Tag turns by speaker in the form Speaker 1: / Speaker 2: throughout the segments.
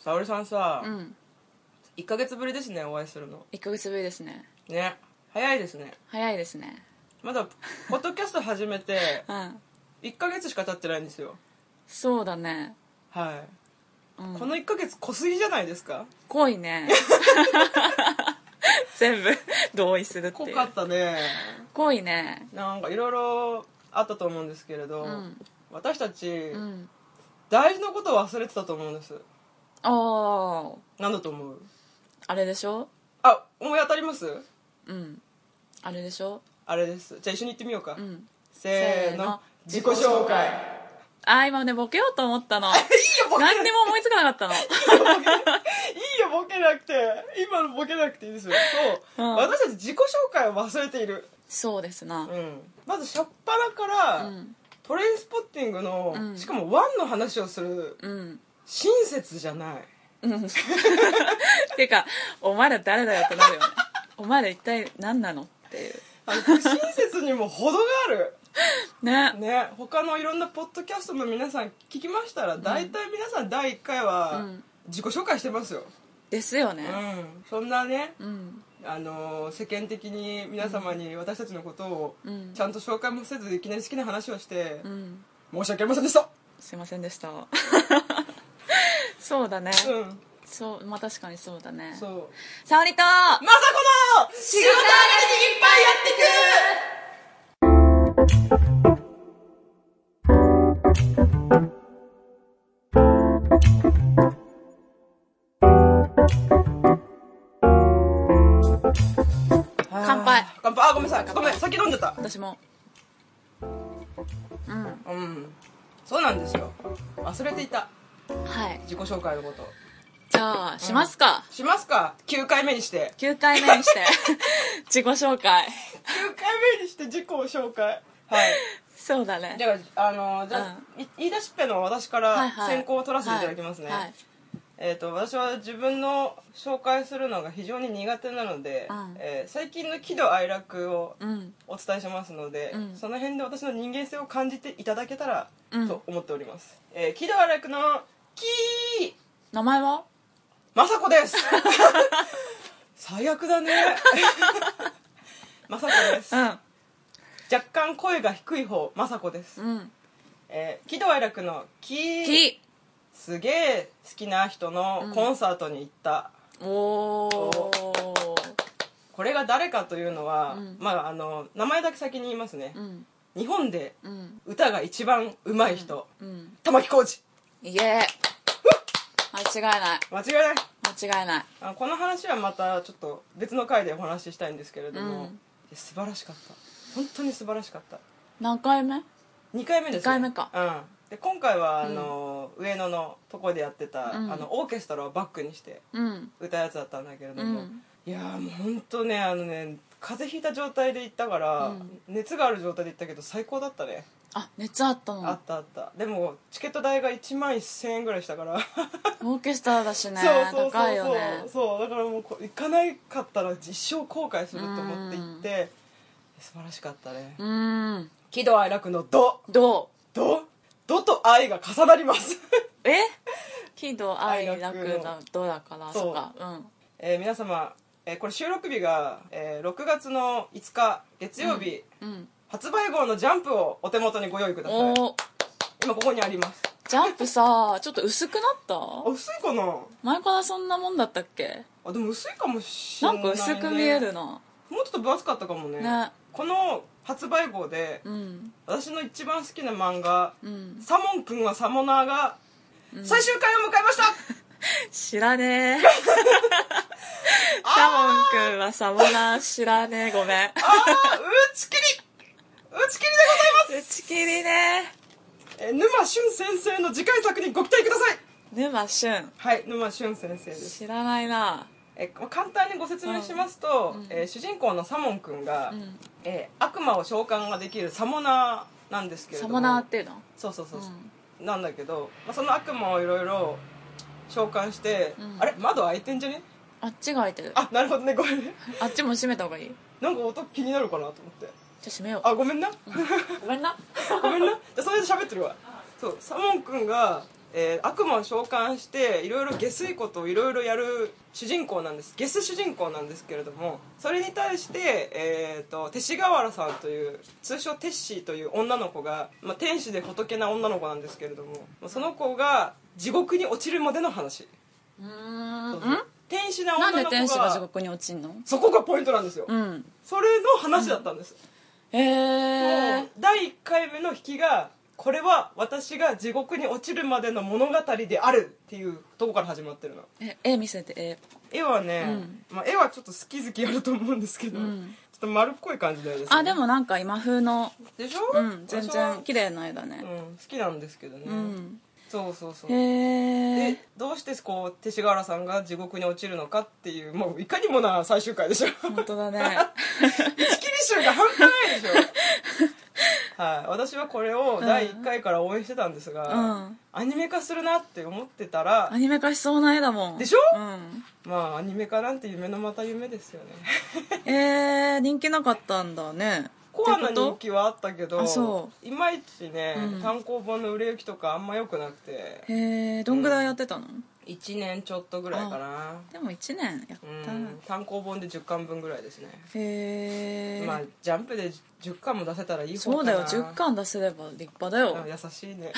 Speaker 1: 沙織さんさ、
Speaker 2: うん
Speaker 1: 1ヶ月ぶりですねお会いするの
Speaker 2: 1ヶ月ぶりですね
Speaker 1: ね早いですね
Speaker 2: 早いですね
Speaker 1: まだポッドキャスト始め て
Speaker 2: うん
Speaker 1: 1ヶ月しか経ってないんですよ
Speaker 2: そうだね
Speaker 1: はい、
Speaker 2: うん
Speaker 1: この1ヶ月濃すぎじゃないですか
Speaker 2: 濃いね 全部 同意するって
Speaker 1: 濃
Speaker 2: いう
Speaker 1: かったね
Speaker 2: 濃いね
Speaker 1: なんかいろいろあったと思うんですけれど、
Speaker 2: うん
Speaker 1: 私たち
Speaker 2: うん
Speaker 1: 大事なことを忘れてたと思うんです
Speaker 2: ああ
Speaker 1: 何だと思う
Speaker 2: あれでしょ
Speaker 1: あ思い当たります
Speaker 2: うんあれでしょ
Speaker 1: あれですじゃあ一緒に行ってみようか、
Speaker 2: うん
Speaker 1: せーの自己紹介
Speaker 2: あー今ねボケようと思った の
Speaker 1: いいよボケ
Speaker 2: 何にも思いつかなかったの
Speaker 1: いいよボケなくて今のボケなくていいですよそう、
Speaker 2: うん
Speaker 1: 私たち自己紹介を忘れている、
Speaker 2: そうですな
Speaker 1: うん、まず初っ端から、
Speaker 2: うん
Speaker 1: トレインスポッティングの、
Speaker 2: うん
Speaker 1: しかもワンの話をする
Speaker 2: うん
Speaker 1: 親切じゃない
Speaker 2: てかお前ら誰だよってなるよねお前ら一体何なのっていう
Speaker 1: あの親切にも程がある
Speaker 2: ね
Speaker 1: ね他のいろんなポッドキャストの皆さん聞きましたら大体皆さん第1回
Speaker 2: う
Speaker 1: は
Speaker 2: ん
Speaker 1: 自己紹介してますよ、
Speaker 2: ですよ
Speaker 1: う
Speaker 2: ね
Speaker 1: ん、そんなね
Speaker 2: うん
Speaker 1: あのー世間的に皆様に私たちのことを
Speaker 2: うん
Speaker 1: ちゃんと紹介もせずいきなり好きな話をして
Speaker 2: うん
Speaker 1: 申し訳ありませんでした
Speaker 2: すいませんでしたそうだね
Speaker 1: うん
Speaker 2: そうまあ確かにそうだね
Speaker 1: そう
Speaker 2: 沙織と
Speaker 1: まさこの仕事上がりにいっぱいやってく
Speaker 2: 乾杯
Speaker 1: あー乾杯あごめんなさいごめん酒飲んでた
Speaker 2: 私もう
Speaker 1: う
Speaker 2: ん
Speaker 1: んそうなんですよ忘れていた
Speaker 2: はい
Speaker 1: 自己紹介のこと
Speaker 2: じゃあしますか、
Speaker 1: しますか9回目にして
Speaker 2: 9回目にして自己紹
Speaker 1: 9回
Speaker 2: 介
Speaker 1: 目にして自己紹介はい
Speaker 2: そうだね
Speaker 1: じゃあ、あのじゃあ、い言い出しっぺの私か
Speaker 2: はい
Speaker 1: ら
Speaker 2: はい
Speaker 1: 先行を取らせていただきますね、
Speaker 2: はい、
Speaker 1: えっと私は自分の紹介するのが非常に苦手なので、
Speaker 2: うん
Speaker 1: えー最近の喜怒哀楽を
Speaker 2: うん
Speaker 1: お伝えしますので、
Speaker 2: うん
Speaker 1: その辺で私の人間性を感じていただけたら
Speaker 2: うん
Speaker 1: と思っております、えー喜怒哀楽の「キー
Speaker 2: 名前は
Speaker 1: 雅子です 最悪だね雅子です、若干声が低い方雅子です、
Speaker 2: うんうん
Speaker 1: えー喜怒哀楽の「キー
Speaker 2: き
Speaker 1: すげえ好きな人のコンサートに行った、
Speaker 2: おお
Speaker 1: これが誰かというのは、
Speaker 2: うん
Speaker 1: まああの名前だけ先に言いますね
Speaker 2: う、ん
Speaker 1: 日本で
Speaker 2: うん
Speaker 1: 歌が一番上手い人、
Speaker 2: うん
Speaker 1: 玉置浩
Speaker 2: いえ間違いない
Speaker 1: 二間違いない
Speaker 2: 間違いない
Speaker 1: あこの話はまたちょっと別の回でお話ししたいんですけれども、
Speaker 2: うん
Speaker 1: いや素晴らしかった本当に素晴らしかった
Speaker 2: 何回目
Speaker 1: 2回目ですね
Speaker 2: 二回目か
Speaker 1: うんで今回はあの、上野のとこでやってた、
Speaker 2: うん
Speaker 1: あのオーケストラをバックにして
Speaker 2: うん
Speaker 1: 歌うやつだったんだけれども、
Speaker 2: うん
Speaker 1: いやーもう本当ねあのね風邪ひいた状態で行ったから、
Speaker 2: うん
Speaker 1: 熱がある状態で行ったけど最高だったね、
Speaker 2: あ熱あった
Speaker 1: あっ
Speaker 2: の
Speaker 1: たあったでもチケット代が1万1000円ぐらいしたから
Speaker 2: オーケストラだしね
Speaker 1: そうそう
Speaker 2: 高
Speaker 1: そう
Speaker 2: いよ
Speaker 1: そう、
Speaker 2: ね
Speaker 1: そうだからもうこ行かないかったら一生後悔すると思って行って、素晴らしかったね
Speaker 2: うん
Speaker 1: 喜怒哀楽の「ど
Speaker 2: ど」
Speaker 1: 「ど」「ど」と「愛」が重なります
Speaker 2: うえ喜怒哀楽
Speaker 1: 哀楽
Speaker 2: の
Speaker 1: の
Speaker 2: 「ど」だから
Speaker 1: そう
Speaker 2: そっかうん
Speaker 1: えー皆様、えーこれ収録日が、えー6月の5日月曜日、
Speaker 2: うん
Speaker 1: 発売号のジャンプをお手元にご用意ください
Speaker 2: おお
Speaker 1: 今ここにあります
Speaker 2: ジャンプさちょっと薄くなった
Speaker 1: あ薄いかな
Speaker 2: 前からそんなもんだったっけ
Speaker 1: あでも薄いかもしれ
Speaker 2: な
Speaker 1: ない、
Speaker 2: ん
Speaker 1: ね、
Speaker 2: か薄く見えるな
Speaker 1: もうちょっと分厚かったかもね
Speaker 2: ね
Speaker 1: この発売号で
Speaker 2: うん
Speaker 1: 私の一番好きな漫画
Speaker 2: う
Speaker 1: 「
Speaker 2: ん
Speaker 1: サモンくんはサモナー」が最終回を迎えました、
Speaker 2: 知らねえ サモン君はサモナー知らねえごめん
Speaker 1: ああ打ち切り打ち切りでござい
Speaker 2: 打ち切りね
Speaker 1: ますえー沼俊先生の次回作にご期待ください
Speaker 2: 沼俊
Speaker 1: はい沼俊先生です
Speaker 2: 知らないな
Speaker 1: えー簡単にご説明しますと、えー主人公のサモンくんが、
Speaker 2: うん
Speaker 1: えー悪魔を召喚ができるサモナーなんですけれど
Speaker 2: サ
Speaker 1: も
Speaker 2: モナーっていうの
Speaker 1: そうそうそうそう、なんだけど、まあ、その悪魔をいろいろ召喚して、
Speaker 2: うん
Speaker 1: あれ窓開いてんじゃね
Speaker 2: あっちが開いてるあ
Speaker 1: あなるほどねごめんね
Speaker 2: っちも閉めた方がいいじ
Speaker 1: なんか音気になるかなと思って
Speaker 2: ゃあ閉めよ
Speaker 1: あごめんな
Speaker 2: うごめんな
Speaker 1: ごめんなじゃあそれで喋ってるわそうサモン君がえー悪魔を召喚していろいろ下水ことをいろいろやる主人公なんですゲス主人公なんですけれどもそれに対して、えー、と勅使河原さんという通称テッシーという女の子が、まあ、天使で仏な女の子なんですけれどもまあその子が地獄に落ちるまでの話
Speaker 2: うーん
Speaker 1: そうんそう天使な
Speaker 2: なん
Speaker 1: 女
Speaker 2: で
Speaker 1: の子
Speaker 2: 天使が地
Speaker 1: が
Speaker 2: 獄に落ちんの
Speaker 1: そこがポイントなんですよ
Speaker 2: うん
Speaker 1: それの話だったんです、
Speaker 2: へえ
Speaker 1: もう第1回目の引きがこれは私が地獄に落ちるまでの物語であるっていうとこから始まってるの
Speaker 2: え絵見せて絵
Speaker 1: 絵はね、
Speaker 2: うん
Speaker 1: まあ、絵はちょっと好き好きやると思うんですけど、
Speaker 2: うん
Speaker 1: ちょっと丸っこい感じの絵です、ね、
Speaker 2: あでもなんか今風の
Speaker 1: でしょ、
Speaker 2: うん全
Speaker 1: 私は
Speaker 2: 然綺麗な絵だ
Speaker 1: うん、
Speaker 2: ね
Speaker 1: 好きなんですけどね、
Speaker 2: うん
Speaker 1: そうそうそう
Speaker 2: へ
Speaker 1: で
Speaker 2: え
Speaker 1: どうしてこう勅使河原さんが地獄に落ちるのかっていうもういかにもな最終回でしょ
Speaker 2: 本当だ ね
Speaker 1: 打ち切り集が半端ないでしょはい私はこれを第1回から応援してたんですが、
Speaker 2: うん
Speaker 1: アニメ化するなって思ってたら
Speaker 2: アニメ化しそうな絵だもん
Speaker 1: でしょ
Speaker 2: うん
Speaker 1: まあアニメ化なんて夢のまた夢ですよね
Speaker 2: えー、人気なかったんだね
Speaker 1: コアな
Speaker 2: ってこ
Speaker 1: 人
Speaker 2: と
Speaker 1: 気はあったけど
Speaker 2: あそ
Speaker 1: いまいちね、
Speaker 2: うん
Speaker 1: 単行本の売れ行きとかあんま良くなくて
Speaker 2: へえどんぐらいやってたの、
Speaker 1: 1年ちょっとぐらいかな
Speaker 2: でも1年やっ
Speaker 1: うん
Speaker 2: たな
Speaker 1: 単行本で10巻分ぐらいですね
Speaker 2: へえ、
Speaker 1: まあジャンプで10巻も出せたらいい方
Speaker 2: そう
Speaker 1: か
Speaker 2: だ
Speaker 1: な
Speaker 2: よ10巻出せれば立派だよ
Speaker 1: うん優しいね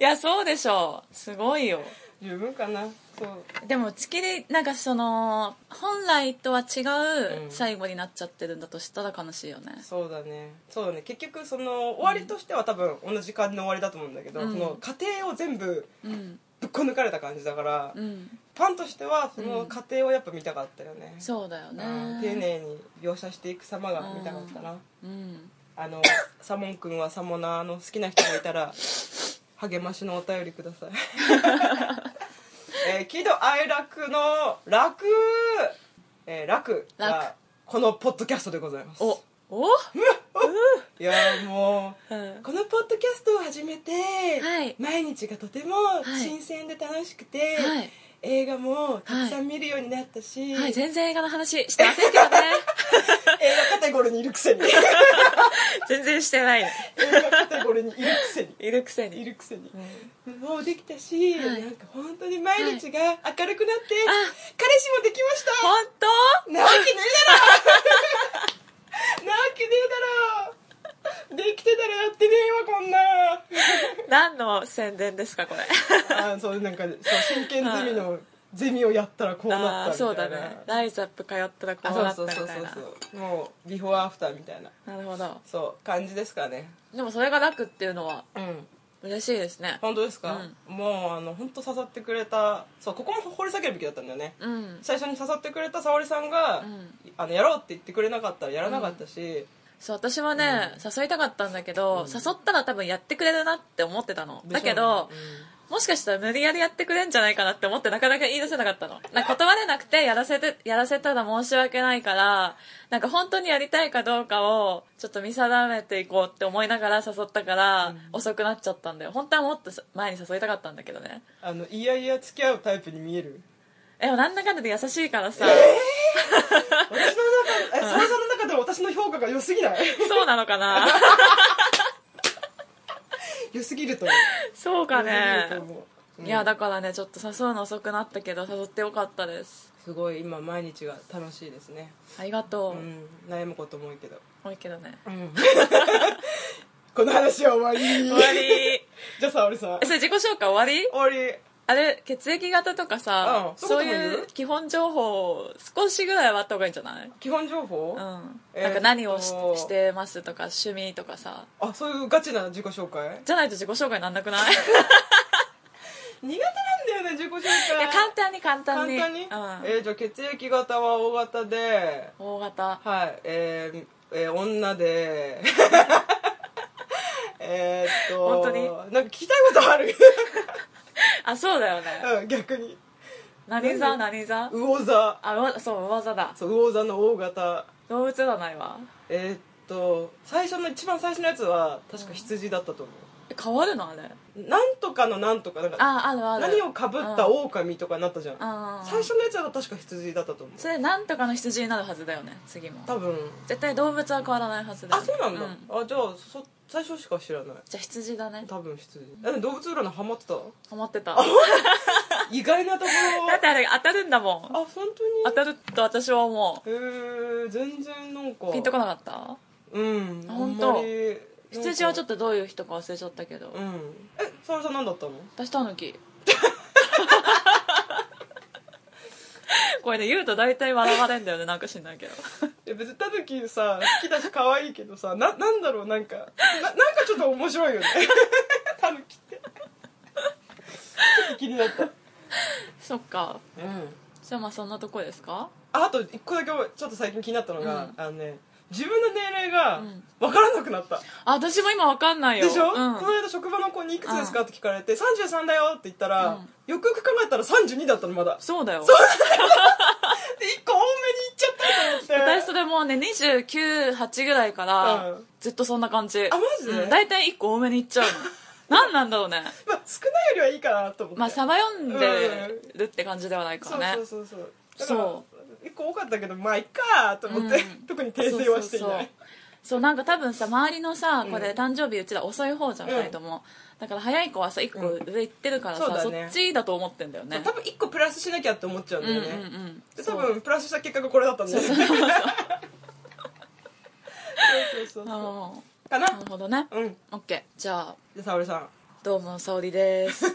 Speaker 2: いやそうでしょうすごいよ
Speaker 1: 十分かなそう
Speaker 2: でも打ち切りなんかその本来とは違
Speaker 1: う
Speaker 2: うん最後になっちゃってるんだとしたら悲しいよね
Speaker 1: そうだねそうだね結局その終わりとしては多分同じ感じの終わりだと思うんだけど、
Speaker 2: うん
Speaker 1: その過程を全部
Speaker 2: うん
Speaker 1: ぶっこ抜かれた感じだから、
Speaker 2: うん
Speaker 1: ファンとしてはその過程をやっぱ見たかったよね、
Speaker 2: そうだよね
Speaker 1: うん丁寧に描写していく様が見たかったな、
Speaker 2: うん
Speaker 1: あのサモン君はサモナーの好きな人がいたら励ましのお便りくだ さいえー、喜怒哀楽の楽、えー、楽
Speaker 2: 楽
Speaker 1: がこのポッドキャストでございます
Speaker 2: おお、
Speaker 1: いやーも
Speaker 2: う
Speaker 1: うんこのポッドキャストを始めて、
Speaker 2: はい
Speaker 1: 毎日がとても新鮮で楽しくて、
Speaker 2: はい
Speaker 1: 映画もたくさん見るようになったし、
Speaker 2: はい、全然映画の話してませんけどね
Speaker 1: 映画カテゴリーにいるく せに映
Speaker 2: 全然してない
Speaker 1: 画カテゴリーにいるくせに
Speaker 2: いるくせに
Speaker 1: いるくせに
Speaker 2: うん
Speaker 1: もうできたし、
Speaker 2: はい
Speaker 1: なんか本当に毎日が明るくなって、
Speaker 2: あ
Speaker 1: 彼氏もできました
Speaker 2: 本当
Speaker 1: なわけねえだろなわけねえだろできてたらやってねえわこんな
Speaker 2: 何の宣伝ですかこれ
Speaker 1: あーそうなんかそう真剣ゼミのゼミをやったらこう
Speaker 2: あ
Speaker 1: な
Speaker 2: あ
Speaker 1: った
Speaker 2: そ
Speaker 1: み
Speaker 2: う
Speaker 1: た
Speaker 2: だ
Speaker 1: いな
Speaker 2: ねライズアップ通ったらこ
Speaker 1: あ
Speaker 2: う
Speaker 1: そう
Speaker 2: なった
Speaker 1: そう
Speaker 2: みた
Speaker 1: そうそう
Speaker 2: いな
Speaker 1: そうもうビフォーアフターみたいな
Speaker 2: なるほど
Speaker 1: そう感じですかね
Speaker 2: でもそれが楽っていうのは
Speaker 1: うん
Speaker 2: 嬉しいですね
Speaker 1: 本当ですか、もうあの本当刺さってくれたそうここも掘り下げるべきだったんだよね、
Speaker 2: うん
Speaker 1: 最初に刺さってくれた沙織さんが、
Speaker 2: うん
Speaker 1: あのやろうって言ってくれなかったらやらなかったし、
Speaker 2: そう私はね、誘いたかったんだけど、誘ったら多分やってくれるなって思ってたのだけど、
Speaker 1: でしょうね
Speaker 2: もしかしたら無理やりやってくれんじゃないかなって思ってなかなか言い出せなかったのなんか断れなくてやらせてやらせたら申し訳ないからなんか本当にやりたいかどうかをちょっと見定めていこうって思いながら誘ったから、遅くなっちゃったんだよ本当はもっと前に誘いたかったんだけどね
Speaker 1: うんあのいやいや付き合うタイプに見え る
Speaker 2: でもなんだかんだで優しいからさ、
Speaker 1: 私の中え沙織さんの中でも私の評価が良すぎない
Speaker 2: そうなのかな
Speaker 1: 良すぎると思う
Speaker 2: そうか
Speaker 1: 良
Speaker 2: ね
Speaker 1: すぎると思ううん
Speaker 2: いやだからねちょっと誘うの遅くなったけど誘ってよかったです
Speaker 1: すごい今毎日が楽しいですね、
Speaker 2: ありがとう、
Speaker 1: うん、悩むことも多いけど、
Speaker 2: 多いけどね
Speaker 1: この話は終わり
Speaker 2: 終わ り
Speaker 1: じゃあ沙織さん
Speaker 2: えそれ自己紹介終わり
Speaker 1: 終わり
Speaker 2: あれ血液型とか
Speaker 1: う
Speaker 2: さ、
Speaker 1: ん
Speaker 2: そう
Speaker 1: そういうの
Speaker 2: い
Speaker 1: も
Speaker 2: う
Speaker 1: いる
Speaker 2: 基本情報を少しぐらいはあった方がいいんじゃない、
Speaker 1: 基本情報、
Speaker 2: うん、
Speaker 1: えー
Speaker 2: なんか何をし
Speaker 1: そう
Speaker 2: してますとか趣味とかさ
Speaker 1: あそういうガチな自己紹介
Speaker 2: じゃないと自己紹介なんなくない い
Speaker 1: 苦手なんだよね自己紹介
Speaker 2: や簡単に簡単に
Speaker 1: 簡単
Speaker 2: うん、
Speaker 1: えーじゃあ血液型は O 型で
Speaker 2: 大型
Speaker 1: はいえーえー女で えーっと
Speaker 2: 本当に
Speaker 1: なんか聞きたいことある、
Speaker 2: あそうだよね
Speaker 1: うん、逆に
Speaker 2: 何座何座
Speaker 1: 魚座
Speaker 2: あうわそう技だ
Speaker 1: そう魚座の O 型
Speaker 2: 動物占いは
Speaker 1: えーっと最初の一番最初のやつは確か羊だったと思う、
Speaker 2: え変わるのあれ
Speaker 1: なんとかのなんとかなんか
Speaker 2: ああるある
Speaker 1: 何をかぶった狼とかになったじゃん
Speaker 2: あー
Speaker 1: 最初のやつは確か羊だったと思う
Speaker 2: それなんとかの羊になるはずだよね次も
Speaker 1: 多分
Speaker 2: 絶対動物は変わらないはずだ
Speaker 1: あ
Speaker 2: よね
Speaker 1: そうなんだ、あじゃあそ最初しか知らない
Speaker 2: じゃあ羊だね
Speaker 1: 多分羊え動物占いハマってた
Speaker 2: 思ってた
Speaker 1: 意外なとこ
Speaker 2: だってあれ当たるんだもん
Speaker 1: ろあ本
Speaker 2: 当たると私は思
Speaker 1: 当にへえ全然なんか
Speaker 2: うピンとこなかった
Speaker 1: うん
Speaker 2: あ
Speaker 1: あん
Speaker 2: 本
Speaker 1: ま
Speaker 2: 当
Speaker 1: り
Speaker 2: 羊はちょ
Speaker 1: っ
Speaker 2: っとどういう人か忘れちゃったけど、
Speaker 1: うんえサラさん何だったの
Speaker 2: 私タヌキこれね言うと大体笑われんだよねなんか知んないけど
Speaker 1: いや別にタヌキさ好きだし可愛いけどさななんだろうなんかななんかちょっと面白いよね タヌキってちょっと気になったうん
Speaker 2: そっかじゃあまあそんなとこですか
Speaker 1: ああと一個だけちょっと最近気になったのが、
Speaker 2: うん
Speaker 1: あのね自分の年齢が
Speaker 2: うん
Speaker 1: 分からなくなった、
Speaker 2: あ私も今わかんないよ
Speaker 1: でしょ、
Speaker 2: うん、
Speaker 1: この間職場の子に「いくつですか?」って聞かれて「33だよ」って言ったら、
Speaker 2: うん
Speaker 1: よくよく考えたら32だったのまだ
Speaker 2: そうだよ
Speaker 1: で1個多めにいっちゃったと思
Speaker 2: 私
Speaker 1: って
Speaker 2: それもうね298ぐらいから、
Speaker 1: うん
Speaker 2: ずっとそんな感じ
Speaker 1: あマジで
Speaker 2: うん大体1個多めにい っちゃうの何なんだろうね
Speaker 1: まあ、少ないよりはいいかなと思って
Speaker 2: まあさば読んでるって感じではないからね、
Speaker 1: そうそうそうそうだから
Speaker 2: そ
Speaker 1: 1個多かったけどまあいっかと思って、
Speaker 2: うん
Speaker 1: 特に訂正はしてい
Speaker 2: そう
Speaker 1: な
Speaker 2: そうそう
Speaker 1: い
Speaker 2: そうなんか多分さ周りのさ
Speaker 1: うん
Speaker 2: これ誕生日うちら遅い方じゃん
Speaker 1: うん
Speaker 2: 2人とも、だから早い子はさ1個上行ってるからさ、
Speaker 1: そうだ
Speaker 2: そ
Speaker 1: ね
Speaker 2: っちだと思ってんだよね
Speaker 1: 多分1個プラスしなきゃって思っちゃうんだ
Speaker 2: うんう
Speaker 1: よ
Speaker 2: ん
Speaker 1: ね、
Speaker 2: うん
Speaker 1: で
Speaker 2: そ
Speaker 1: 多
Speaker 2: う
Speaker 1: 分プラスした結果がこれだったんだよねそうそうそう
Speaker 2: あ
Speaker 1: そ
Speaker 2: の
Speaker 1: うか
Speaker 2: な
Speaker 1: な
Speaker 2: るほどね
Speaker 1: うん
Speaker 2: オッケーじゃあ
Speaker 1: で沙織さん
Speaker 2: どうも沙織です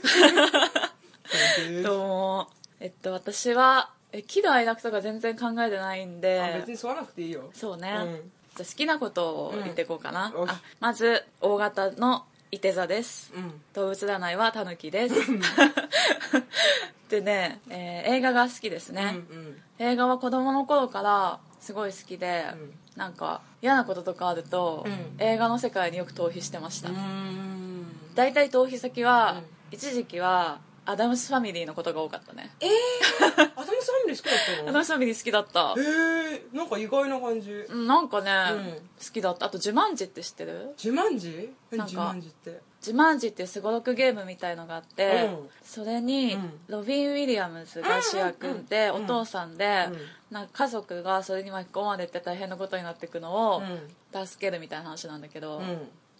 Speaker 2: どうもえっと私はえ喜怒哀楽とか全然考えてない
Speaker 1: あ
Speaker 2: ん
Speaker 1: 別
Speaker 2: で
Speaker 1: に沿わなくていいよ
Speaker 2: そうね、
Speaker 1: うん
Speaker 2: じゃあ好きなことを言っていこうかな、
Speaker 1: うんよし
Speaker 2: あまず大型のいて座です
Speaker 1: うん
Speaker 2: 動物占いはタヌキです でね、えー映画が好きですね、
Speaker 1: うんうん
Speaker 2: 映画は子供の頃からすごい好きで、なんか嫌なこととかあると、
Speaker 1: うん
Speaker 2: 映画の世界によく逃避してました、
Speaker 1: うーん
Speaker 2: 大体逃避先は、
Speaker 1: うん
Speaker 2: 一時期はアダムスファミリーのことが多かったね、
Speaker 1: ええー、アダムスファミリー好きだったの
Speaker 2: アダムスファミリー好きだった
Speaker 1: えー、なんか意外な感じ、
Speaker 2: うんなんかね、
Speaker 1: うん
Speaker 2: 好きだったあと「ジュマンジ」って知ってる
Speaker 1: ジュマンジ
Speaker 2: な
Speaker 1: 何
Speaker 2: んか
Speaker 1: ジュマンジって
Speaker 2: ジュマンジっていうすごろくゲームみたいのがあって、
Speaker 1: うん
Speaker 2: それに
Speaker 1: うん
Speaker 2: ロビン・ウィリアムズが主役で、
Speaker 1: うんうんうん
Speaker 2: お父さんで、
Speaker 1: うん
Speaker 2: なんか家族がそれに巻き込まれて大変なことになっていくのを助けるみたいな話なんだけど、
Speaker 1: うん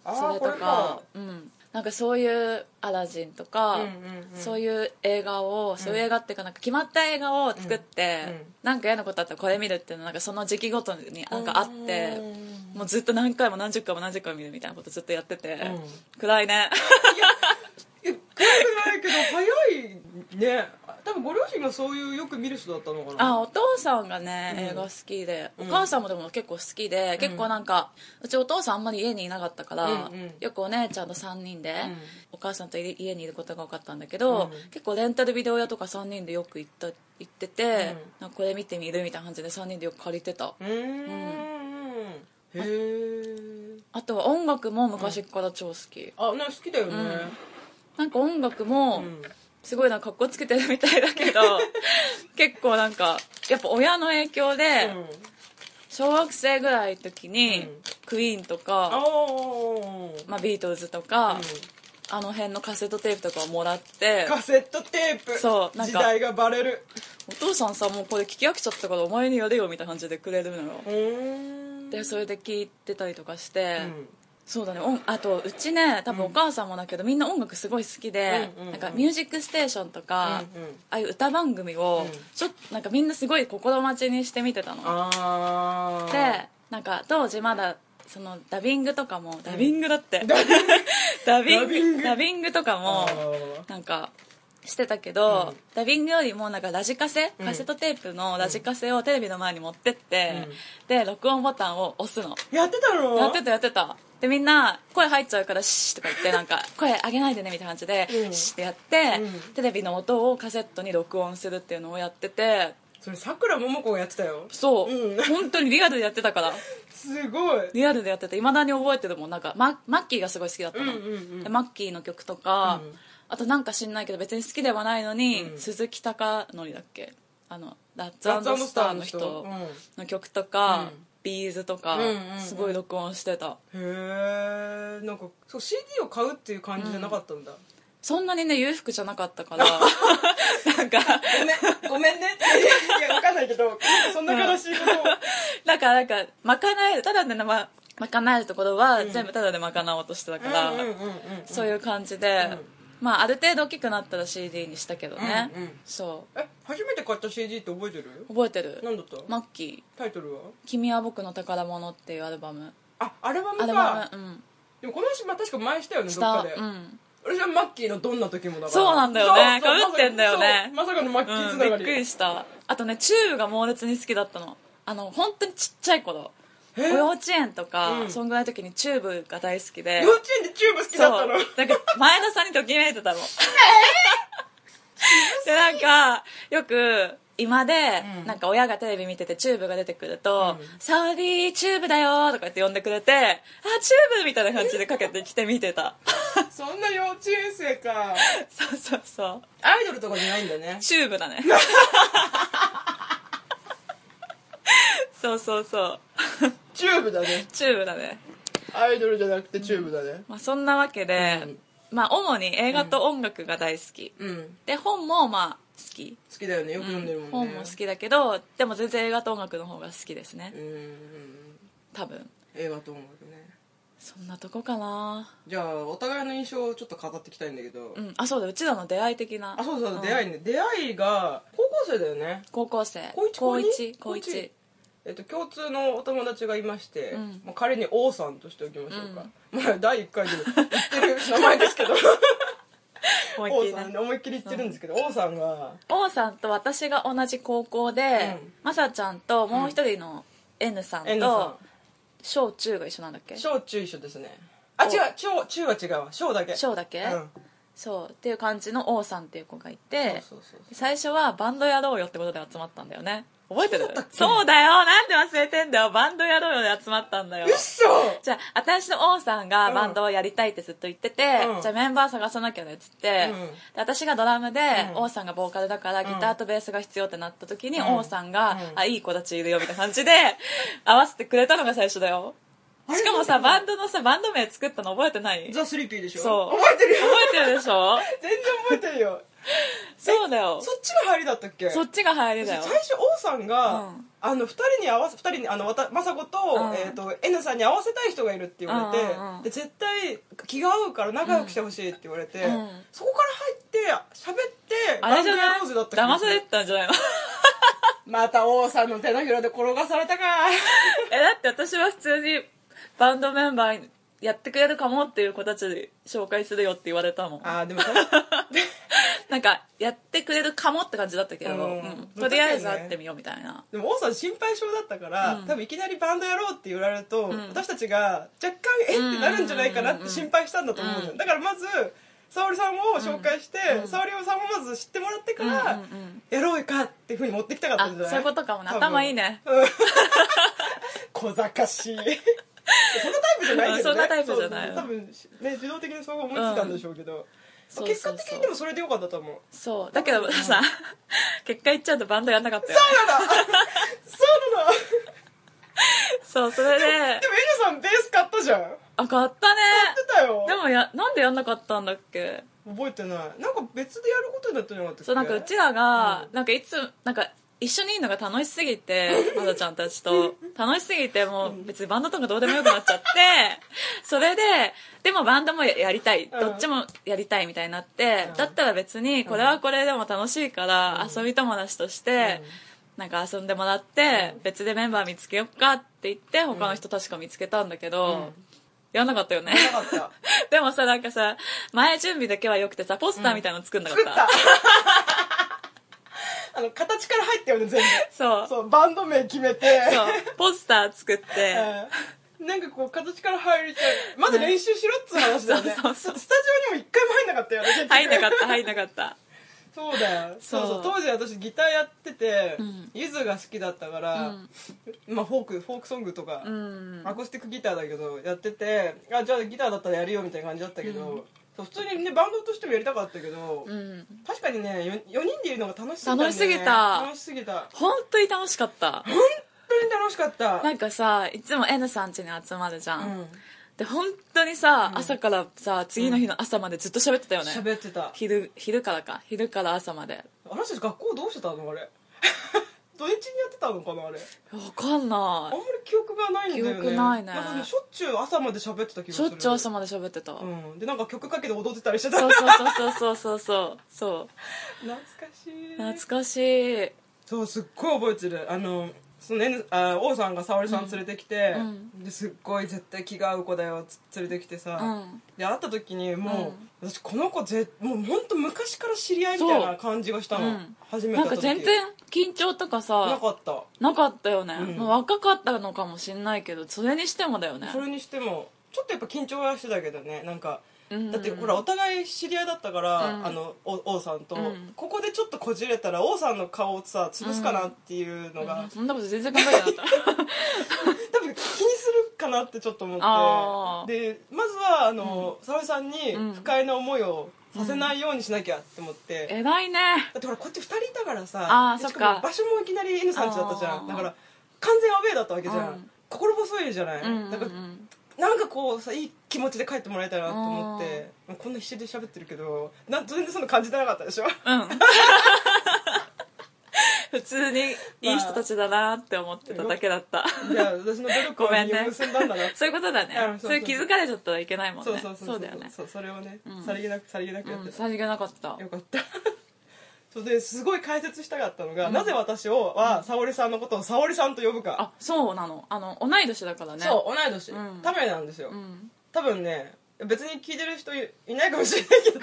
Speaker 2: そ
Speaker 1: あ
Speaker 2: れ
Speaker 1: あ
Speaker 2: と
Speaker 1: これ
Speaker 2: か
Speaker 1: か
Speaker 2: うん、なんかそういう「アラジン」とか、
Speaker 1: うんうんうん
Speaker 2: そういう映画をそういう映画っていうかなんか決まった映画を作って、
Speaker 1: うんうん
Speaker 2: なんか嫌なことあったらこれ見るっていうのなんかその時期ごとになんかあって。
Speaker 1: うん
Speaker 2: もうずっと何回も何十回も何十回も見るみたいなことずっとやってて、
Speaker 1: ん
Speaker 2: 暗いね
Speaker 1: いや暗くないけど早いね多分ご両親がそういうよく見る人だったのかな
Speaker 2: あお父さんがね、
Speaker 1: うん
Speaker 2: 映画好きでお
Speaker 1: うん
Speaker 2: 母さんもでも結構好きで、結構なんかうちお父さんあんまり家にいなかったから、
Speaker 1: うんうん
Speaker 2: よくお姉ちゃんと3人で、
Speaker 1: うん
Speaker 2: お母さんとい家にいることが多かったんだけど、
Speaker 1: うん
Speaker 2: 結構レンタルビデオ屋とか3人でよく行った行ってて、
Speaker 1: ん
Speaker 2: なんかこれ見てみるみたいな感じで3人でよく借りて
Speaker 1: う
Speaker 2: た
Speaker 1: ーんへえ
Speaker 2: あとは音楽も昔から超好き、
Speaker 1: あね好きだよね
Speaker 2: なんか音楽
Speaker 1: う
Speaker 2: も
Speaker 1: ん
Speaker 2: すごいなんかかっこつけてるみたいだ けど結構なんかやっぱ親の影響で、
Speaker 1: うん
Speaker 2: 小学生ぐらいの時に、
Speaker 1: うん
Speaker 2: クイーンと
Speaker 1: あ
Speaker 2: か、
Speaker 1: ー
Speaker 2: まあ、ビートルズとか、あの辺のカセットテープとかをもらって
Speaker 1: カセットテープ
Speaker 2: そうなんか
Speaker 1: 時代がバレる
Speaker 2: お父さんさもうこれ聞き飽きちゃったからお前にやれよみたいな感じでくれるのよ、
Speaker 1: うーん
Speaker 2: でそれで聞いてたりとかして、
Speaker 1: うん
Speaker 2: そうだね音あとうちね多分お母さんもだけど、みんな音楽すごい好きで、
Speaker 1: うんうんうん
Speaker 2: なんか「ミュージックステーション」とか、
Speaker 1: うんうん
Speaker 2: ああいう歌番組を、
Speaker 1: うん
Speaker 2: ちょっとなんかみんなすごい心待ちにして見てたの
Speaker 1: あー
Speaker 2: でなんか当時まだそのダビングとかもダビングだって、ダビングダ
Speaker 1: ダ
Speaker 2: ビ
Speaker 1: ビ
Speaker 2: ン
Speaker 1: ン
Speaker 2: グ
Speaker 1: グ
Speaker 2: とか
Speaker 1: あ
Speaker 2: も
Speaker 1: ー
Speaker 2: なんかしてたけど、ダビングよりもなんかラジカセ、
Speaker 1: ん
Speaker 2: カセットテープのラジカセをテレビの前に持ってって、
Speaker 1: うん
Speaker 2: で録音ボタンを押すの
Speaker 1: やってたの
Speaker 2: やってたやってたでみんな声入っちゃうから「シー」とか言 ってなんか声上げないでねみたいな感じで「
Speaker 1: うん
Speaker 2: シー」ってやって、
Speaker 1: うん
Speaker 2: テレビの音をカセットに録音するっていうのをやってて
Speaker 1: それさくらももこがやってたよ
Speaker 2: そう、
Speaker 1: うん
Speaker 2: 本当にリアルでやってたから
Speaker 1: すごい
Speaker 2: リアルでやってていまだに覚えてるもんなんかママッキーがすごい好きだったの、
Speaker 1: うんうんうん
Speaker 2: でマッキーの曲とか、
Speaker 1: うん
Speaker 2: あとなんか知んないけど別に好きではないのに、
Speaker 1: うん
Speaker 2: 鈴木貴則だっけあのラッツ
Speaker 1: ラッツ
Speaker 2: スターの人
Speaker 1: うん
Speaker 2: の曲とか、
Speaker 1: うん
Speaker 2: ビーズとか
Speaker 1: うんうんうん
Speaker 2: すごい録音してた、
Speaker 1: へえんかそう CD を買うっていう感じじゃなかったんだ、
Speaker 2: そんなにね裕福じゃなかっ たからなんか
Speaker 1: ごめんご めんねっていやわかんないけどそんな悲しいことを、
Speaker 2: なんかなんか賄えるただでなま賄えるところは全部ただで賄おうとしてたから、
Speaker 1: うんうんうんうん
Speaker 2: そういう感じで、
Speaker 1: うん
Speaker 2: まあある程度大きくなったら CD にしたけどね、
Speaker 1: うんうん
Speaker 2: そ
Speaker 1: え初めて買った CD って覚えてる
Speaker 2: う覚えてる
Speaker 1: 何だった
Speaker 2: マッキー
Speaker 1: タイトルは
Speaker 2: 「君は僕の宝物」っていうアルバム
Speaker 1: あアルバム
Speaker 2: アル
Speaker 1: か
Speaker 2: バムうん
Speaker 1: でもこの話、まあ、確か前したよね
Speaker 2: し
Speaker 1: どったかで、
Speaker 2: うん
Speaker 1: 私はマッキーのどんな時もだから
Speaker 2: そうなんだよね
Speaker 1: そうそう
Speaker 2: 被ってんだよね
Speaker 1: まさかのそうまさかのマッキーつ
Speaker 2: うん、
Speaker 1: な
Speaker 2: び
Speaker 1: が
Speaker 2: っ
Speaker 1: り、
Speaker 2: くりしたあとねチューが猛烈に好きだったのあの本当にちっちゃい頃お幼稚園とか、
Speaker 1: うん
Speaker 2: そんぐらいの時にチューブが大好きで
Speaker 1: 幼稚園でチューブ好きだったの
Speaker 2: そうなんか前田さんにときめいてたのでなんかよく今で、
Speaker 1: うん
Speaker 2: なんか親がテレビ見ててチューブが出てくると
Speaker 1: うん
Speaker 2: 「サウディチューブだよ」とかって呼んでくれて「あチューブ」みたいな感じでかけてきて見てた
Speaker 1: そんな幼稚園生か
Speaker 2: そうそうそう
Speaker 1: アイドルとかじゃないんだね
Speaker 2: チューブだねそうそうそう
Speaker 1: チューブだね
Speaker 2: チューブだね、
Speaker 1: アイドルじゃなくてチューブだね
Speaker 2: まあ、そんなわけで、
Speaker 1: うん
Speaker 2: まあ主に映画と音楽が大好き、
Speaker 1: うん、
Speaker 2: で本もまあ好き
Speaker 1: 好きだよねよく読んでるもんね、
Speaker 2: 本も好きだけどでも全然映画と音楽の方が好きですね
Speaker 1: うんうんうん
Speaker 2: 多分
Speaker 1: 映画と音楽ね
Speaker 2: そんなとこかな
Speaker 1: じゃあお互いの印象をちょっと語っていきたいんだけど、
Speaker 2: うんあそうだうちらの出会い的な
Speaker 1: あそうそう、
Speaker 2: ん
Speaker 1: 出会いね出会いが高校生だよね
Speaker 2: 高校生
Speaker 1: 高一
Speaker 2: 高
Speaker 1: 高二
Speaker 2: 一高
Speaker 1: 高
Speaker 2: 一
Speaker 1: 一えっと、共通のお友達がいまして、
Speaker 2: うん
Speaker 1: まあ、仮に王さんとしておきましょうか、まあ、第1回でも言ってる名前ですけど
Speaker 2: 思いっき
Speaker 1: 王
Speaker 2: り
Speaker 1: さん
Speaker 2: ね
Speaker 1: に思いっきり言ってるんですけど、王さんが
Speaker 2: 王さんと私が同じ高校で、
Speaker 1: うん
Speaker 2: まさちゃんともう一人の N さん
Speaker 1: N
Speaker 2: と
Speaker 1: さ
Speaker 2: 小中が一緒なんだっけ
Speaker 1: ん小中一緒ですねあ違う小中は違うわ小だけ
Speaker 2: 小だけ、
Speaker 1: うん、
Speaker 2: そうっていう感じの王さんっていう子がいて
Speaker 1: そうそうそう
Speaker 2: 最初はバンドやろうよってことで集まったんだよね覚えてる
Speaker 1: そうだっけ
Speaker 2: そうだよなんで忘れてんだよバンドやろうよで集まったんだよ
Speaker 1: うっそ
Speaker 2: じゃあ私の王さんがバンドをやりたいってずっと言ってて、
Speaker 1: うん
Speaker 2: じゃあメンバー探さなきゃねっつって、
Speaker 1: うん
Speaker 2: で私がドラムで、
Speaker 1: うん
Speaker 2: 王さんがボーカルだからギターとベースが必要ってなった時に、
Speaker 1: うん
Speaker 2: 王さんが、
Speaker 1: うん
Speaker 2: あいい子たちいるよみたいな感じで 合わせてくれたのが最初だよしかもさバンドのさバンド名作ったの覚えてない覚
Speaker 1: ザ・スリーピーでしょ
Speaker 2: そう
Speaker 1: 覚えてるよ
Speaker 2: えてるでしょ
Speaker 1: 全然覚えてるよ
Speaker 2: そうだよ
Speaker 1: そっちが入りだったっけ
Speaker 2: そっちが入りだ
Speaker 1: 最
Speaker 2: よ
Speaker 1: 初王さんが、
Speaker 2: うん
Speaker 1: あの2人に合わせ2人にあのわた雅子と,、
Speaker 2: うん
Speaker 1: えー、と N さんに合わせたい人がいるって言われて、
Speaker 2: うんうんうん
Speaker 1: で絶対気が合うから仲良くしてほしいって言われて、
Speaker 2: うん
Speaker 1: そこから入って喋って
Speaker 2: あれじゃ
Speaker 1: バンド
Speaker 2: な
Speaker 1: や
Speaker 2: い
Speaker 1: ろうぜだった気が
Speaker 2: 騙
Speaker 1: す
Speaker 2: さ
Speaker 1: る
Speaker 2: れてたんじゃないの
Speaker 1: また王さんの手のひらで転がされた か
Speaker 2: えだって私は普通にバンドメンバーやってくれるかもっていう子たちに紹介するよって言われたもん
Speaker 1: あーでも確か
Speaker 2: なんかやってくれるかもって感じだったけど、
Speaker 1: うん
Speaker 2: うんとりあえず会ってみようみたいな、
Speaker 1: でも王さん心配性だったから、
Speaker 2: うん
Speaker 1: 多分いきなりバンドやろうって言われると、
Speaker 2: ん
Speaker 1: 私たちが若干えってなるんじゃないかなって心配したんだと思うのよ、
Speaker 2: うん
Speaker 1: だからまず沙織さんを紹介して、
Speaker 2: うん
Speaker 1: 沙織さんをまず知ってもらってか
Speaker 2: うんうん
Speaker 1: ら、
Speaker 2: うん
Speaker 1: やろうかっていうふうに持ってきたかったんじゃな
Speaker 2: あ
Speaker 1: い
Speaker 2: そういうことかもね
Speaker 1: 多分
Speaker 2: 頭いいね
Speaker 1: うん小賢 しいそんなタイプじゃないけどね
Speaker 2: うんそんなタイプじゃない
Speaker 1: そう多分ね自動的にそう思いついたんでしょうけど、
Speaker 2: そうそうそう
Speaker 1: 結果的にでもそれでよかったと思う
Speaker 2: そうだけどさ、結果言っちゃうとバンドやんなかったよ、ね、
Speaker 1: そう なのそうなの
Speaker 2: そうそれで
Speaker 1: でもエリさんベース買ったじゃん買っ
Speaker 2: あ買ったね
Speaker 1: てたよ
Speaker 2: でもやなんでやんなかったんだっけ
Speaker 1: 覚えてないなんか別でやることになったんじゃなかったっけ
Speaker 2: そうなんかうちらが、なんかいつなんか一緒にいるのが楽しすぎてまだちゃんたちと楽しすぎてもう別にバンドとかどうでもよくなっちゃってそれででもバンドもややりたい
Speaker 1: うん
Speaker 2: どっちもやりたいみたいになって、
Speaker 1: うん
Speaker 2: だったら別にこれはこれでも楽しいから遊び友達として、なんか遊んでもらって別でメンバー見つけよっかって言って他の人確か見つけたんだけど、
Speaker 1: うん
Speaker 2: やんなかったよね
Speaker 1: なかった
Speaker 2: でもさなんかさ前準備だけは良くてさポスターみたいなの作んなか
Speaker 1: 作
Speaker 2: っ、
Speaker 1: ったたあの形から入ったよね全部
Speaker 2: そう
Speaker 1: そうバンド名決めて
Speaker 2: そうポスター作って、
Speaker 1: うんなんかこう形から入りたいまず練習しろっつう話だよね
Speaker 2: そうそうそう
Speaker 1: スタジオにも一回も入んなかったよね結局
Speaker 2: 入んなかった入んなかった
Speaker 1: そうだよ
Speaker 2: そ
Speaker 1: そううそう当時私ギターやってて
Speaker 2: うん
Speaker 1: ゆず、が好きだったから、まあフォークフォークソングとか、
Speaker 2: うん
Speaker 1: アコースティックギターだけどやっててあじゃあギターだったらやるよみたいな感じだったけど、そう普通にねバンドとしてもやりたかったけど、
Speaker 2: うん
Speaker 1: 確かにね 4, 人でいるのが楽しすぎたんだよね、
Speaker 2: 楽しすぎた
Speaker 1: 楽しすぎた
Speaker 2: 本当に楽しかった
Speaker 1: 本当にに楽しかった
Speaker 2: なんかさいつも N さん家に集まるじゃん、
Speaker 1: うん
Speaker 2: で本当にさ、朝からさ次の日の朝までずっと喋ってたよね、
Speaker 1: 喋ってた
Speaker 2: 昼昼からか昼から朝まで
Speaker 1: あの人たち学校どうしてたのあれ 土日にやってたのかなあれ
Speaker 2: わかん
Speaker 1: あん
Speaker 2: な
Speaker 1: まり記憶がないんだよね
Speaker 2: 記憶ないね
Speaker 1: んかねしょっちゅう朝まで喋ってた気
Speaker 2: い
Speaker 1: が
Speaker 2: し
Speaker 1: す
Speaker 2: ょ
Speaker 1: る
Speaker 2: っちゅう朝まで喋ってたわ、
Speaker 1: うん、でなんか曲かけて踊ってたりしてた
Speaker 2: そう
Speaker 1: 懐
Speaker 2: そうそうそうそうそうそう
Speaker 1: かしい
Speaker 2: 懐かしい
Speaker 1: そうすっごい覚えてるあのその N あ王さんが沙織さん連れてきて、
Speaker 2: うん
Speaker 1: ですっごい絶対気が合う子だよつ連れてきてさ、
Speaker 2: うん
Speaker 1: で会った時にもう、私この子ぜもう本当昔から知り合いみたいな感じがしたの、
Speaker 2: うん
Speaker 1: 初めて
Speaker 2: な
Speaker 1: 会
Speaker 2: ん
Speaker 1: った
Speaker 2: か
Speaker 1: 時
Speaker 2: 全然緊張とか
Speaker 1: な
Speaker 2: さ
Speaker 1: かった
Speaker 2: なかったよね、
Speaker 1: うん
Speaker 2: まあ若かったのかもしんないけどそれにしてもだよね
Speaker 1: それにしてもちょっとやっぱ緊張はしてたけどねなんか
Speaker 2: うん
Speaker 1: だってほらお互い知り合いだったから、
Speaker 2: うん
Speaker 1: あのお王さんと、
Speaker 2: うん
Speaker 1: ここでちょっとこじれたら王さんの顔をさ潰すかなっていうのが、
Speaker 2: そんなこと全然考えてなかった
Speaker 1: 多分気にするかなってちょっと思
Speaker 2: あ
Speaker 1: っ
Speaker 2: ー
Speaker 1: てでまずはあの、沙織さんに
Speaker 2: うん
Speaker 1: 不快な思いをさせないようにしなきゃって思って、だ
Speaker 2: 偉いね
Speaker 1: ってほらこっち2人いたからさ
Speaker 2: あー
Speaker 1: で
Speaker 2: そっ
Speaker 1: し
Speaker 2: か
Speaker 1: かも場所もいきなり N さんちだったじゃ
Speaker 2: あ
Speaker 1: ん
Speaker 2: ー
Speaker 1: だから完全アウェーだったわけじゃん、
Speaker 2: うん
Speaker 1: 心細いじゃない、
Speaker 2: うんうんう
Speaker 1: だから
Speaker 2: ん
Speaker 1: なんかこうさいい気持ちで帰ってもらえたらなと思ってまあこんな必死で喋ってるけどなん全然そんな感じてなかった でしょ
Speaker 2: うん普通にいい人たちだなって思ってただけ だった、
Speaker 1: いや私の努力
Speaker 2: ご
Speaker 1: を
Speaker 2: めん
Speaker 1: 実を
Speaker 2: ね
Speaker 1: 結んだんだな
Speaker 2: そういうことだ
Speaker 1: うんそうそ
Speaker 2: ね
Speaker 1: う
Speaker 2: そういう気づかれちゃったらいけないもんね
Speaker 1: そうそうそう
Speaker 2: だよね
Speaker 1: そうそれをね、
Speaker 2: うん
Speaker 1: さりげなくさりげなくやって
Speaker 2: うん
Speaker 1: た、
Speaker 2: さりげなかった
Speaker 1: よかった そうですごい解説したかったのが、なぜ私をは沙織さんのことを沙織さんと呼ぶか、
Speaker 2: あそうなのあの同い年だからね
Speaker 1: そう同い年、
Speaker 2: うん
Speaker 1: ためなんですよ、
Speaker 2: うん、
Speaker 1: 多分ね別に聞いてる人いいないかもしれないけど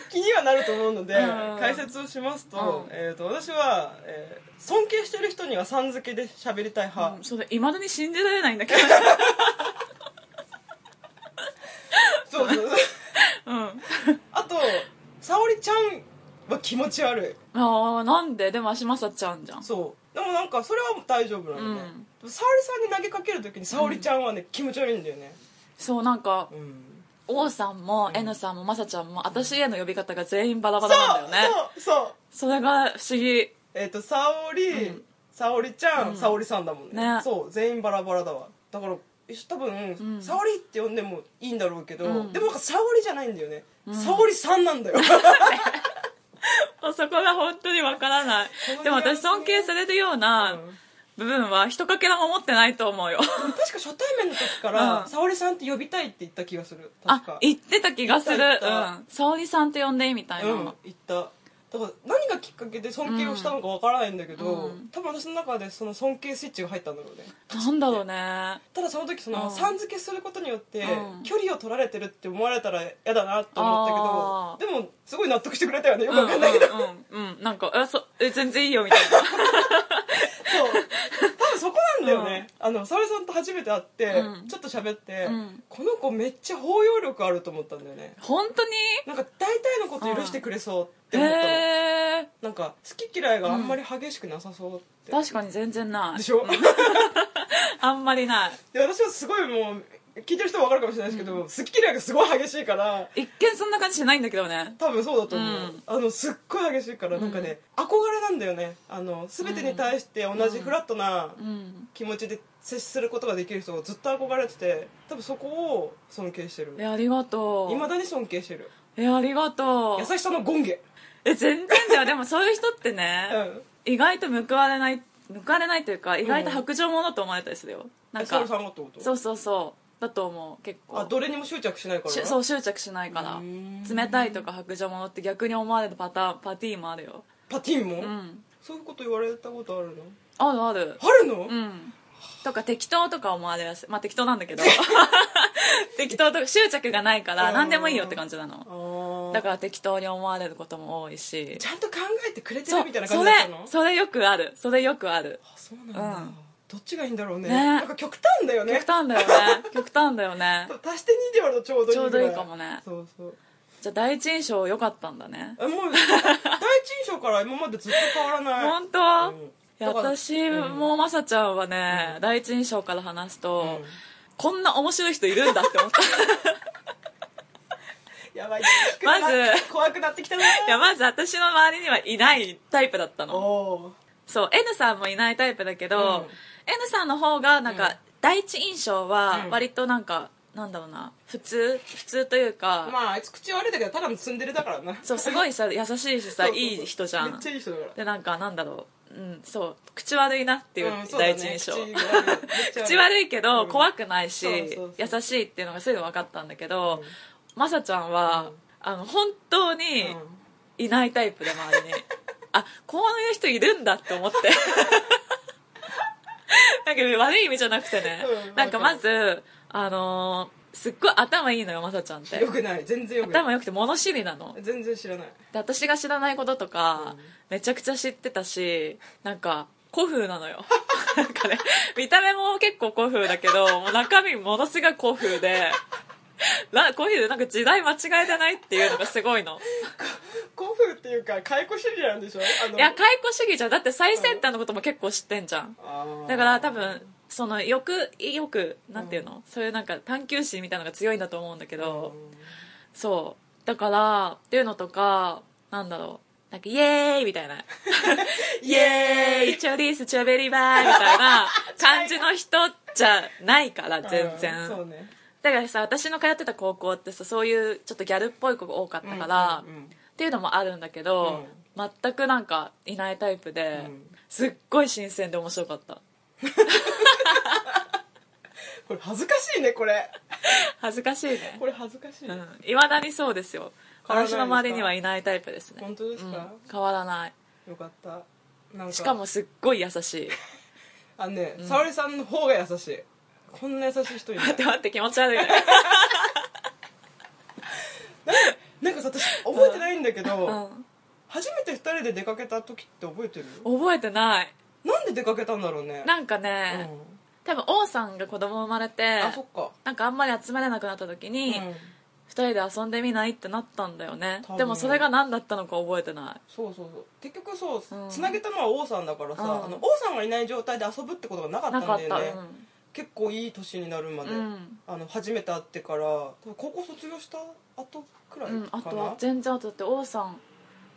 Speaker 1: 気にはなると思うので、
Speaker 2: うん
Speaker 1: 解説をしますと,、
Speaker 2: うん
Speaker 1: えー、と私は、えー尊敬してる人にはさん付けで喋りたい派、
Speaker 2: うん、それいまだに信じられないんだけど
Speaker 1: そうそうそう
Speaker 2: うん
Speaker 1: あと沙織ちゃんは気持ち悪い
Speaker 2: ああなんででも足まさちゃんじゃん
Speaker 1: そうでもなんかそれは大丈夫なのね、沙織さんに投げかけるときに沙織ちゃんはね、気持ち悪いんだよね
Speaker 2: そうなんか
Speaker 1: うん
Speaker 2: 王さんも N さんもまさちゃんも私への呼び方が全員バラバ
Speaker 1: そう
Speaker 2: ラなんだよね
Speaker 1: そうそう
Speaker 2: それが不思議
Speaker 1: えっ、と沙織、
Speaker 2: うん
Speaker 1: 沙織ちゃん、
Speaker 2: うん
Speaker 1: 沙織さんだもんね
Speaker 2: ね
Speaker 1: そう全員バラバラだわだから一緒多分、
Speaker 2: うん
Speaker 1: 沙織って呼んでもいいんだろうけど、
Speaker 2: うん
Speaker 1: でもなんか沙織じゃないんだよね、沙織さんなんだ よ
Speaker 2: そこが本当にわからない
Speaker 1: の
Speaker 2: でも私尊敬されるような部分は一かけらも持ってないと思うよ
Speaker 1: 確か初対面の時から、
Speaker 2: うん
Speaker 1: 沙織さんって呼びたいって言った気がする確
Speaker 2: あ
Speaker 1: か
Speaker 2: 言ってた気がする
Speaker 1: 言った言った
Speaker 2: うん沙織さんって呼んでいいみたいな、
Speaker 1: うん言っただから何がきっかけで尊敬をしたのかわからないんだけど、
Speaker 2: うん
Speaker 1: 多分私の中でその尊敬スイッチが入ったんだろうね
Speaker 2: なんだろうね
Speaker 1: ただその時その、
Speaker 2: うん
Speaker 1: さん付けすることによって、
Speaker 2: うん
Speaker 1: 距離を取られてるって思われたら嫌だなと思ったけどでもすごい納得してくれたよねよ
Speaker 2: う
Speaker 1: く
Speaker 2: んう
Speaker 1: わ
Speaker 2: ん
Speaker 1: かんないけど、
Speaker 2: うんうんなんかえそえ全然いいよみたい な
Speaker 1: そう多分そこなんだよね、あの沙織さんと初めて会って、
Speaker 2: うん
Speaker 1: ちょっと喋って、
Speaker 2: うん
Speaker 1: この子めっちゃ包容力あると思ったんだよね
Speaker 2: 本当に
Speaker 1: なんか大体のこと許してくれそうって思ったの、
Speaker 2: へえ
Speaker 1: なんか好き嫌いがあんまり激しくなさそうって、
Speaker 2: 確かに全然ない
Speaker 1: でしょ、
Speaker 2: あんまりない
Speaker 1: で私はすごいもう聞いてる人は分かるかもしれないですけど、好き嫌いがすごい激しいから
Speaker 2: 一見そんな感じしないんだけどね
Speaker 1: 多分そうだと思う、
Speaker 2: うん
Speaker 1: あのすっごい激しいからなんかね、憧れなんだよねあの全てに対して同じフラットな
Speaker 2: うん
Speaker 1: 気持ちで接することができる人をずっと憧れてて多分そこを尊敬してる
Speaker 2: えありがと
Speaker 1: いうまだに尊敬してる
Speaker 2: えありがと
Speaker 1: 優
Speaker 2: う
Speaker 1: しさの権下
Speaker 2: え全然だよでもそういう人ってね、
Speaker 1: うん
Speaker 2: 意外と報われない報われないというか意外と白状者と思われたりするよ、なん
Speaker 1: えサ
Speaker 2: か
Speaker 1: ルさんがってこと
Speaker 2: そうそうそうだと思う結構
Speaker 1: あどれにも執着しないから
Speaker 2: しそう執着しないか
Speaker 1: うー
Speaker 2: ら
Speaker 1: ん
Speaker 2: 冷たいとか白状者って逆に思われるパターンパティーもあるよ
Speaker 1: パティンも、
Speaker 2: うん
Speaker 1: そういうこと言われたことあるの
Speaker 2: あるある
Speaker 1: あるの、
Speaker 2: うんとか適当とか思われやすいまあ適当なんだけ ど適当とか執着がないから何でもいいよって感じな
Speaker 1: あ
Speaker 2: の
Speaker 1: あ
Speaker 2: だから適当に思われることも多いし
Speaker 1: ちゃんと考えてくれて
Speaker 2: そ
Speaker 1: る
Speaker 2: う
Speaker 1: みたいな感
Speaker 2: そ
Speaker 1: じ
Speaker 2: れ
Speaker 1: だったの
Speaker 2: それよくあるそれよくある
Speaker 1: あそうなんだ、
Speaker 2: うん
Speaker 1: どっちがいいんだろうね
Speaker 2: ね
Speaker 1: なんか極端だよね
Speaker 2: 極端だよ ね極端だよね
Speaker 1: 足して2で割るとちょうどいい
Speaker 2: ちょう
Speaker 1: ぐ
Speaker 2: ど
Speaker 1: ら
Speaker 2: いいかもね
Speaker 1: そうそう
Speaker 2: じゃあ第一印象良かったんだね
Speaker 1: あもう第一印象から今までずっと変わらない
Speaker 2: 本当、は
Speaker 1: うんだから
Speaker 2: 私もまさちゃんはね、第一印象から話す
Speaker 1: う
Speaker 2: と、
Speaker 1: ん
Speaker 2: こんな面白い人いるんだって思った
Speaker 1: やばい低くな
Speaker 2: まず
Speaker 1: 怖くなってきたない
Speaker 2: やまず私の周りにはいないタイプだったの
Speaker 1: お
Speaker 2: そう、N さんもいないタイプだけど、
Speaker 1: うん
Speaker 2: N さんの方が、なん
Speaker 1: うん
Speaker 2: か、第一印象は
Speaker 1: うん、
Speaker 2: 割となんか、なんだろうな、普通普通というか、
Speaker 1: まああいつ口悪いだけどただのツンデレだからな
Speaker 2: そう、すごいさ、優しいしさ、
Speaker 1: そうそうそう
Speaker 2: いい人じゃ
Speaker 1: めっ
Speaker 2: ん
Speaker 1: ち。ゃいい人だから
Speaker 2: で、なんか、なんだろう、うん、そう、口悪いなっていう
Speaker 1: うんそうだ
Speaker 2: 第
Speaker 1: ね
Speaker 2: 一印象。
Speaker 1: 口悪いめっち
Speaker 2: 口
Speaker 1: ゃ悪い
Speaker 2: 悪いけど、
Speaker 1: うん
Speaker 2: 怖くないし
Speaker 1: そうそうそう
Speaker 2: 優しいっていうのがすぐ分かったんだけど、まさちゃんは、あの本当に
Speaker 1: うん
Speaker 2: いないタイプで周りにあこういう人いるんだっ て思ってなんか悪い意味じゃなくてね、
Speaker 1: うん
Speaker 2: なんかまずあのーすっごい頭いいのよまさちゃんって
Speaker 1: よくない全然よくない
Speaker 2: 頭良くて物知りなの
Speaker 1: 全然知らない
Speaker 2: で私が知らないこととか、
Speaker 1: うん
Speaker 2: めちゃくちゃ知ってたしなんか古風なのよ なんかね見た目も結構古風だけどもう中身ものすごい古風でなこういうなんか時代間違えてないっていうのがすごいの
Speaker 1: 古風っていうか解雇主義なんでしょあの
Speaker 2: いや解雇主義じゃんだって最先端のことも結構知ってんじゃん
Speaker 1: あー
Speaker 2: だから多分そのよくよくなんていうの、そういうなんか探求心みたいなのが強いんだと思うんだけど、そう。だから、っていうのとか、なんだろう。なんか、イエーイみた いな。イエーイチョリース、チョベリバーみたいな 感じの人じゃないから、
Speaker 1: うん
Speaker 2: 全然。
Speaker 1: うんそうね
Speaker 2: だからさ、私の通ってた高校ってさ、そういうちょっとギャルっぽい子が多かったから、
Speaker 1: うんうんうん
Speaker 2: っていうのもあるんだけど、全くなんかいないタイプで、
Speaker 1: うん
Speaker 2: すっごい新鮮で面白かった。
Speaker 1: これ恥ずかしいねこれ
Speaker 2: 恥ずかしいね
Speaker 1: こ。れ恥ずかしい、
Speaker 2: うん。いまだにそうですよ。
Speaker 1: 変わらないですか
Speaker 2: 私の周りにはいないタイプですね。
Speaker 1: 本当ですか
Speaker 2: うん変わらない。
Speaker 1: よかったなんか
Speaker 2: しかもすっごい優しい
Speaker 1: あのね沙織、さんの方が優しいこんな優しい人いない
Speaker 2: 待って待って気持ち悪いね
Speaker 1: なんかさ私覚えてないんだけど、
Speaker 2: う
Speaker 1: 初めて2人で出かけた時って覚えてる
Speaker 2: ん覚えてない
Speaker 1: なんで出かけたんだろうね
Speaker 2: なんか
Speaker 1: う
Speaker 2: ね、
Speaker 1: ん
Speaker 2: 多分王さんが子供生まれて
Speaker 1: あそっか、
Speaker 2: なんかあんまり集まれなくなった時
Speaker 1: うん
Speaker 2: に、二人で遊んでみないってなったんだよね
Speaker 1: 多分
Speaker 2: でもそれが何だったのか覚えてない
Speaker 1: そうそうそう結局そう
Speaker 2: うん
Speaker 1: つなげたのは王さんだからさ、
Speaker 2: うん
Speaker 1: あの王さんがいない状態で遊ぶってことがなかった
Speaker 2: なんかっ
Speaker 1: だ
Speaker 2: た、
Speaker 1: よね、結構いい年になるまで、
Speaker 2: うん
Speaker 1: あの初めて会ってから多分高校卒業した後くらい
Speaker 2: うん、うん、あ
Speaker 1: かな、
Speaker 2: と全然あとだって王さん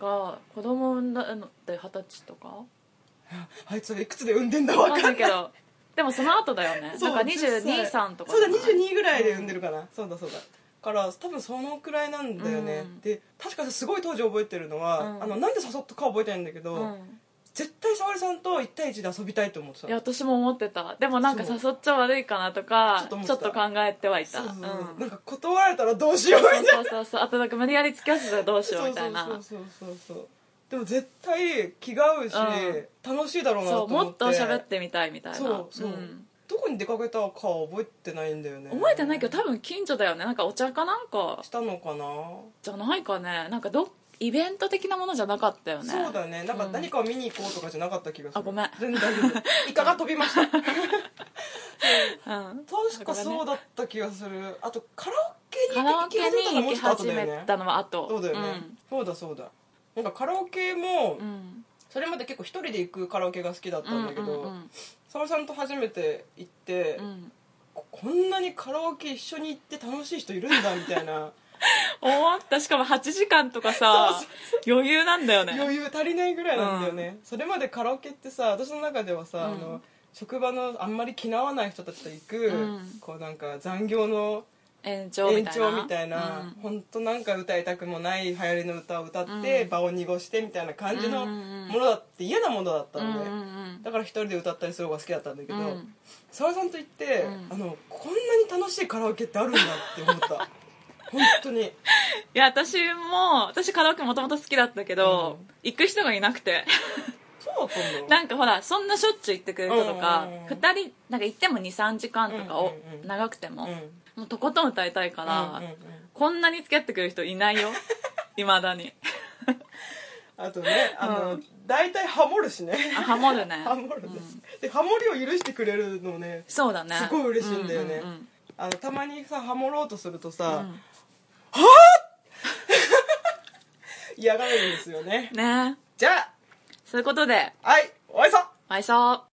Speaker 2: が子供産んだのって二十歳とか
Speaker 1: あいついくつで産んでんだわ
Speaker 2: わか
Speaker 1: かんない
Speaker 2: んな
Speaker 1: い
Speaker 2: けどでもその後だよねなんか22さんとか
Speaker 1: そうだ
Speaker 2: じゃない
Speaker 1: 22ぐらいで産んでるかな、そうだそうだから多分そのくらいなんだよね、
Speaker 2: うん
Speaker 1: で確かすごい当時覚えてるのは、
Speaker 2: うん
Speaker 1: あのなんで誘ったか覚えてないんだけど、
Speaker 2: うん
Speaker 1: 絶対沙織さんと1対1で遊びたいと思ってた
Speaker 2: いや私も思ってたでもなんか
Speaker 1: そう
Speaker 2: 誘っちゃ悪いかなとか
Speaker 1: ちょっと思っ
Speaker 2: ちょ
Speaker 1: て
Speaker 2: ったと考えてはいた
Speaker 1: そうそうそう、
Speaker 2: うん
Speaker 1: なんか断られたらどうしようみたいな
Speaker 2: そうそうそうあとなんか無理やり付き合わせたらどうしようみたいな
Speaker 1: そうそうそうそうそうでも絶対気が合うし、
Speaker 2: う
Speaker 1: 楽しいだろうな
Speaker 2: そ
Speaker 1: と
Speaker 2: う
Speaker 1: 思
Speaker 2: も
Speaker 1: って
Speaker 2: っと喋ってみたいみたいな
Speaker 1: そうそう、
Speaker 2: ん
Speaker 1: どこに出かけたかは覚えてないんだよね
Speaker 2: 覚えてないけど多分近所だよねなんかお茶かなんか
Speaker 1: したのかな、
Speaker 2: じゃないかねなんかどイベント的なものじゃなかったよね
Speaker 1: そうだねなんか何かを見に行こうとかじゃなかった気がする、
Speaker 2: あごめん
Speaker 1: 全然大丈夫 イカが飛びました確
Speaker 2: うん
Speaker 1: かそうだった気がするあとカラオケ
Speaker 2: カ
Speaker 1: に
Speaker 2: ラオ
Speaker 1: 行
Speaker 2: ケに行き始めたのは後
Speaker 1: そうだよね、そうだそうだなんかカラオケも、
Speaker 2: うんうん
Speaker 1: それまで結構一人で行くカラオケが好きだったんだけど、
Speaker 2: うんうん
Speaker 1: 沙織さんと初めて行って、
Speaker 2: うんうん
Speaker 1: ここんなにカラオケ一緒に行って楽しい人いるんだみたいな
Speaker 2: 思ったしかも8時間とかさ余裕なんだよね
Speaker 1: 余裕足りないぐらいなんだよね、それまでカラオケってさ私の中ではさ、
Speaker 2: うん
Speaker 1: あの職場のあんまり気なわない人たちと行く、
Speaker 2: うん
Speaker 1: こうなんか残業の
Speaker 2: 延長み
Speaker 1: 延
Speaker 2: たいな
Speaker 1: 長みたいな
Speaker 2: うん
Speaker 1: 本当なんか歌いたくもない流行りの歌を歌って、
Speaker 2: うん
Speaker 1: 場を濁してみたいな感じの
Speaker 2: うん
Speaker 1: も
Speaker 2: うんうん
Speaker 1: のだって嫌なものだったので、
Speaker 2: うんうん
Speaker 1: だから一人で歌ったりする方が好きだったんだけ
Speaker 2: う
Speaker 1: ど、
Speaker 2: んうん
Speaker 1: 沙織さんと行って、
Speaker 2: うん
Speaker 1: あのこんなに楽しいカラオケってあるんだって思った本当 に
Speaker 2: いや私も私カラオケもともと好きだったけど、
Speaker 1: うん
Speaker 2: 行く人がいなくて
Speaker 1: そうだったんだよ
Speaker 2: なんかほらそんなしょっちゅう行ってくれる人とか、
Speaker 1: うんうんうん
Speaker 2: 二人なんか行っても23時間とかを、
Speaker 1: うんうんうん
Speaker 2: 長くても,、
Speaker 1: うん
Speaker 2: もうとことん歌いたいから、
Speaker 1: うんうんうん
Speaker 2: こんなに付き合ってくれる人 いないよいまだに
Speaker 1: あとねあ
Speaker 2: う
Speaker 1: の
Speaker 2: ん
Speaker 1: 大体、ハモるしね
Speaker 2: あハモるね
Speaker 1: ハモるん
Speaker 2: う
Speaker 1: で
Speaker 2: ん
Speaker 1: す、でハモりを許してくれるのね
Speaker 2: そうだね
Speaker 1: すごい嬉しいんだよね
Speaker 2: ううん
Speaker 1: あのたまにさハモろうとするとさ、
Speaker 2: うん
Speaker 1: 嫌がるんですよね
Speaker 2: うんね
Speaker 1: じゃあ
Speaker 2: そういうことで
Speaker 1: はいお会いさ
Speaker 2: 愛想